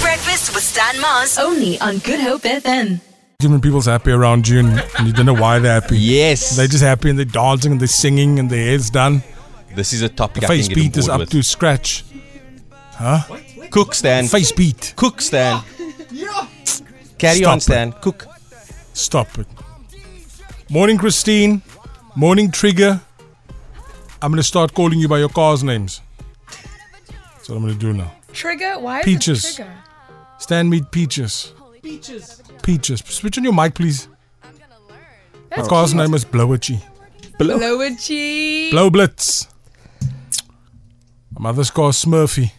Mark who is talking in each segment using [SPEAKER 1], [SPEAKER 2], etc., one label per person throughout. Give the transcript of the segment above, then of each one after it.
[SPEAKER 1] Breakfast with Stan Mars.
[SPEAKER 2] Only on Good Hope FM.
[SPEAKER 3] When people's happy around you and, and you don't know why they're happy.
[SPEAKER 4] Yes.
[SPEAKER 3] They're just happy and they're dancing and they're singing and their hair's done.
[SPEAKER 4] This is a topic
[SPEAKER 3] The
[SPEAKER 4] I can
[SPEAKER 3] face
[SPEAKER 4] get
[SPEAKER 3] beat
[SPEAKER 4] on
[SPEAKER 3] is
[SPEAKER 4] board
[SPEAKER 3] up
[SPEAKER 4] with.
[SPEAKER 3] to scratch.
[SPEAKER 4] Cook, Stan.
[SPEAKER 3] Face beat.
[SPEAKER 4] Cook, Stan. Carry
[SPEAKER 3] Stop
[SPEAKER 4] on,
[SPEAKER 3] it.
[SPEAKER 4] Stan. Cook.
[SPEAKER 3] Stop it. Morning, Christine. Morning, Trigger. I'm going to start calling you by your car's names. That's what I'm going to do now.
[SPEAKER 5] Trigger? Why is
[SPEAKER 3] Peaches.
[SPEAKER 5] it trigger?
[SPEAKER 3] Stand meet Peaches. Peaches. Peaches. Switch on your mic, please.
[SPEAKER 4] Oh,
[SPEAKER 5] That's
[SPEAKER 3] Her car's name is Blowerchi.
[SPEAKER 5] Lower G.
[SPEAKER 3] Blow Blitz. My mother's car is Smurfy.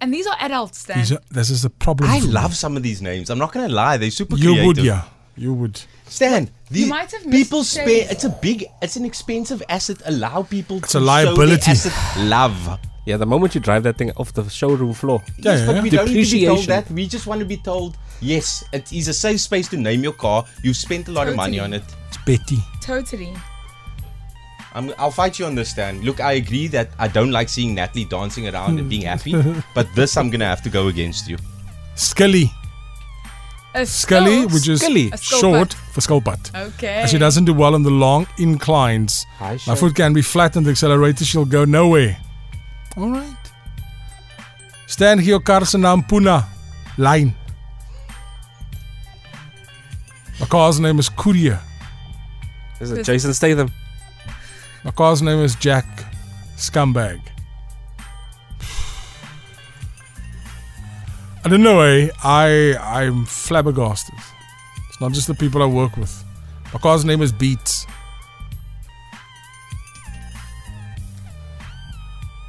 [SPEAKER 5] and these are adults then.
[SPEAKER 3] These are- this is a problem.
[SPEAKER 4] I
[SPEAKER 3] for me.
[SPEAKER 4] love some of these names. I'm not going to lie. They're super
[SPEAKER 3] You
[SPEAKER 4] creative.
[SPEAKER 3] would, yeah. You would.
[SPEAKER 4] Stan, the
[SPEAKER 5] might have
[SPEAKER 4] people
[SPEAKER 5] missed
[SPEAKER 4] spare.
[SPEAKER 5] Stan.
[SPEAKER 4] It's a big, it's an expensive asset. Allow people
[SPEAKER 3] It's
[SPEAKER 4] to
[SPEAKER 3] a
[SPEAKER 4] show their
[SPEAKER 3] liability.
[SPEAKER 4] asset love.
[SPEAKER 6] Yeah, the moment you drive that thing off the showroom floor.
[SPEAKER 3] Yeah,
[SPEAKER 4] yes,
[SPEAKER 3] yeah.
[SPEAKER 4] but we don't need to be told
[SPEAKER 6] Depreciation.
[SPEAKER 4] that. We just want to be told, yes, it is a safe space to name your car. You've spent a lot of money on
[SPEAKER 5] Totally.
[SPEAKER 4] it.
[SPEAKER 3] It's Betty.
[SPEAKER 5] Totally.
[SPEAKER 4] I'm, I'll fight you on this, Stan. Look, I agree that I don't like seeing Natalie dancing around and being happy, but this I'm going to have to go against you.
[SPEAKER 3] Scully.
[SPEAKER 5] A
[SPEAKER 3] Scully,
[SPEAKER 5] skull.
[SPEAKER 3] which is
[SPEAKER 6] Scully.
[SPEAKER 5] Oh, A skull
[SPEAKER 3] short
[SPEAKER 5] butt.
[SPEAKER 3] for skull butt.
[SPEAKER 5] Okay.
[SPEAKER 3] As she doesn't do well on the long inclines.
[SPEAKER 6] Hi,
[SPEAKER 3] My
[SPEAKER 6] Shay.
[SPEAKER 3] foot can be flat on the accelerator, she'll go nowhere. All right. Stand here, Carson Ampuna. Line. My car's name is Courier.
[SPEAKER 6] Is it Jason Statham?
[SPEAKER 3] My car's name is Jack Scumbag. I don't know, eh? I I'm flabbergasted. It's not just the people I work with. My car's name is Beats.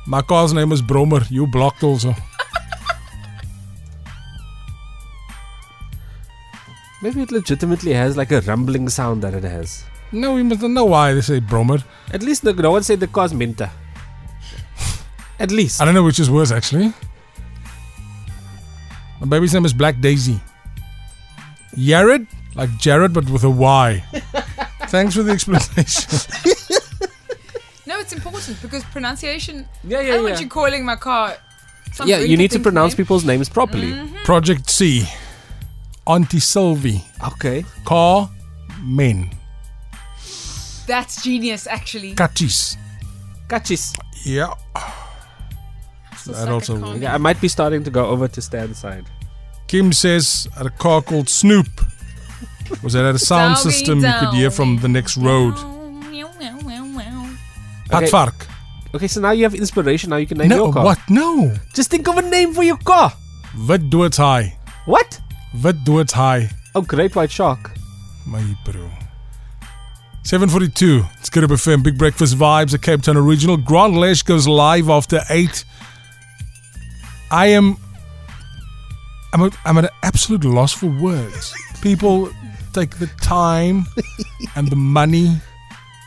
[SPEAKER 3] My car's name is Bromer. You blocked also.
[SPEAKER 6] Maybe it legitimately has like a rumbling sound that it has.
[SPEAKER 3] No, you must know why they say Bromer.
[SPEAKER 6] At least the, no one said the car's Minta. At least.
[SPEAKER 3] I don't know which is worse actually. My baby's name is Black Daisy. Jared, like Jared but with a Y. Thanks for the explanation.
[SPEAKER 5] No, it's important because pronunciation.
[SPEAKER 6] Yeah,
[SPEAKER 5] I
[SPEAKER 6] yeah,
[SPEAKER 5] don't
[SPEAKER 6] yeah.
[SPEAKER 5] want you calling my car. some
[SPEAKER 6] yeah, you
[SPEAKER 5] drinker
[SPEAKER 6] need to
[SPEAKER 5] thing's
[SPEAKER 6] pronounce
[SPEAKER 5] name.
[SPEAKER 6] people's names properly.
[SPEAKER 3] Project C. Auntie Sylvie.
[SPEAKER 6] Okay.
[SPEAKER 3] Car men.
[SPEAKER 5] That's genius, actually.
[SPEAKER 3] Kachis.
[SPEAKER 6] Catches.
[SPEAKER 3] Yeah. That also
[SPEAKER 5] car.
[SPEAKER 3] works.
[SPEAKER 6] Yeah, I might be starting to go over to Stan's side.
[SPEAKER 3] Kim says at a car called Snoop. Was that at a sound
[SPEAKER 5] Doggy,
[SPEAKER 3] system you could hear from the next road?
[SPEAKER 5] Meow, meow, meow, meow.
[SPEAKER 6] Okay.
[SPEAKER 3] Patvark.
[SPEAKER 6] Okay, so now you have inspiration. Now you can name
[SPEAKER 3] No,
[SPEAKER 6] your car.
[SPEAKER 3] what? No.
[SPEAKER 6] Just think of a name for your car.
[SPEAKER 3] Wit dood's high.
[SPEAKER 6] What?
[SPEAKER 3] Wit dood's high.
[SPEAKER 6] Oh, great white shark.
[SPEAKER 3] My bro. 742. It's good up FM. Big breakfast vibes at Cape Town Original. Grand Lash goes live after 8. I am. I'm, a, I'm at an absolute loss for words. People take the time and the money,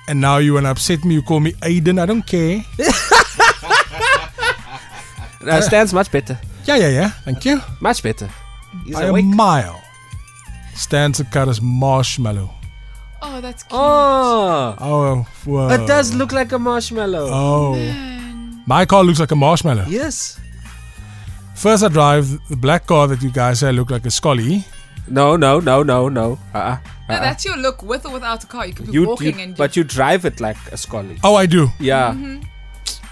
[SPEAKER 3] and now you want to upset me. You call me Aiden. I don't care.
[SPEAKER 6] Uh, Stan's much better.
[SPEAKER 3] Yeah, yeah, yeah. Thank you.
[SPEAKER 6] Much better. He's
[SPEAKER 3] By a
[SPEAKER 6] awake.
[SPEAKER 3] mile. Stands a cut as marshmallow.
[SPEAKER 5] Oh, that's cute.
[SPEAKER 6] Oh,
[SPEAKER 3] Oh, whoa.
[SPEAKER 6] it does look like a marshmallow.
[SPEAKER 3] Oh. My car looks like a marshmallow.
[SPEAKER 6] Yes.
[SPEAKER 3] First, I drive the black car that you guys say look like a scully.
[SPEAKER 6] No, no, no, no, no. Uh-uh.
[SPEAKER 5] No, that's your look with or without a car. You Mm-hmm. could be
[SPEAKER 6] You,
[SPEAKER 5] walking
[SPEAKER 6] you,
[SPEAKER 5] and
[SPEAKER 6] but you drive it like a scully.
[SPEAKER 3] Oh, I do.
[SPEAKER 6] Yeah.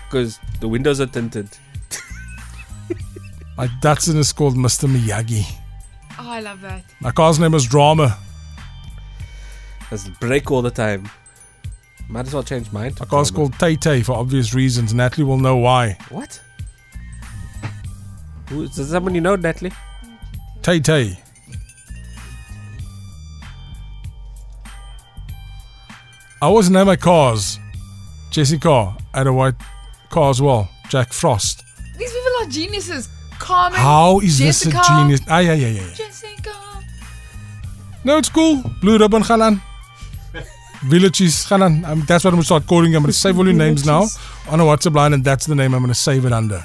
[SPEAKER 6] Because the windows are tinted.
[SPEAKER 3] My Datsun is called Mr. Miyagi.
[SPEAKER 5] Oh, I love that.
[SPEAKER 3] My car's name is Drama.
[SPEAKER 6] Does it break all the time? Might as well change mine. to
[SPEAKER 3] My car's
[SPEAKER 6] Drama.
[SPEAKER 3] called Tay Tay for obvious reasons. Natalie will know why.
[SPEAKER 6] What? Who, is there someone you know, Natalie?
[SPEAKER 3] Tay Tay. I always name my cars. Jesse Carr had a white car as well. Jack Frost.
[SPEAKER 5] These people are geniuses. Carmen.
[SPEAKER 3] How is
[SPEAKER 5] Jessica,
[SPEAKER 3] this a genius? Ah, yeah, yeah, yeah. yeah.
[SPEAKER 5] Jessica.
[SPEAKER 3] No, it's cool. Blue ribbon, gaan aan. Villages, gaan aan. Um, that's what I'm going to start calling. I'm going to save all your names now on a WhatsApp line, and that's the name I'm going to save it under.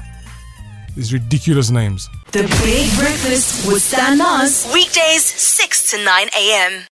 [SPEAKER 3] These ridiculous names.
[SPEAKER 2] The Big Breakfast with Stan Mars.
[SPEAKER 1] Weekdays, 6 to 9 a.m.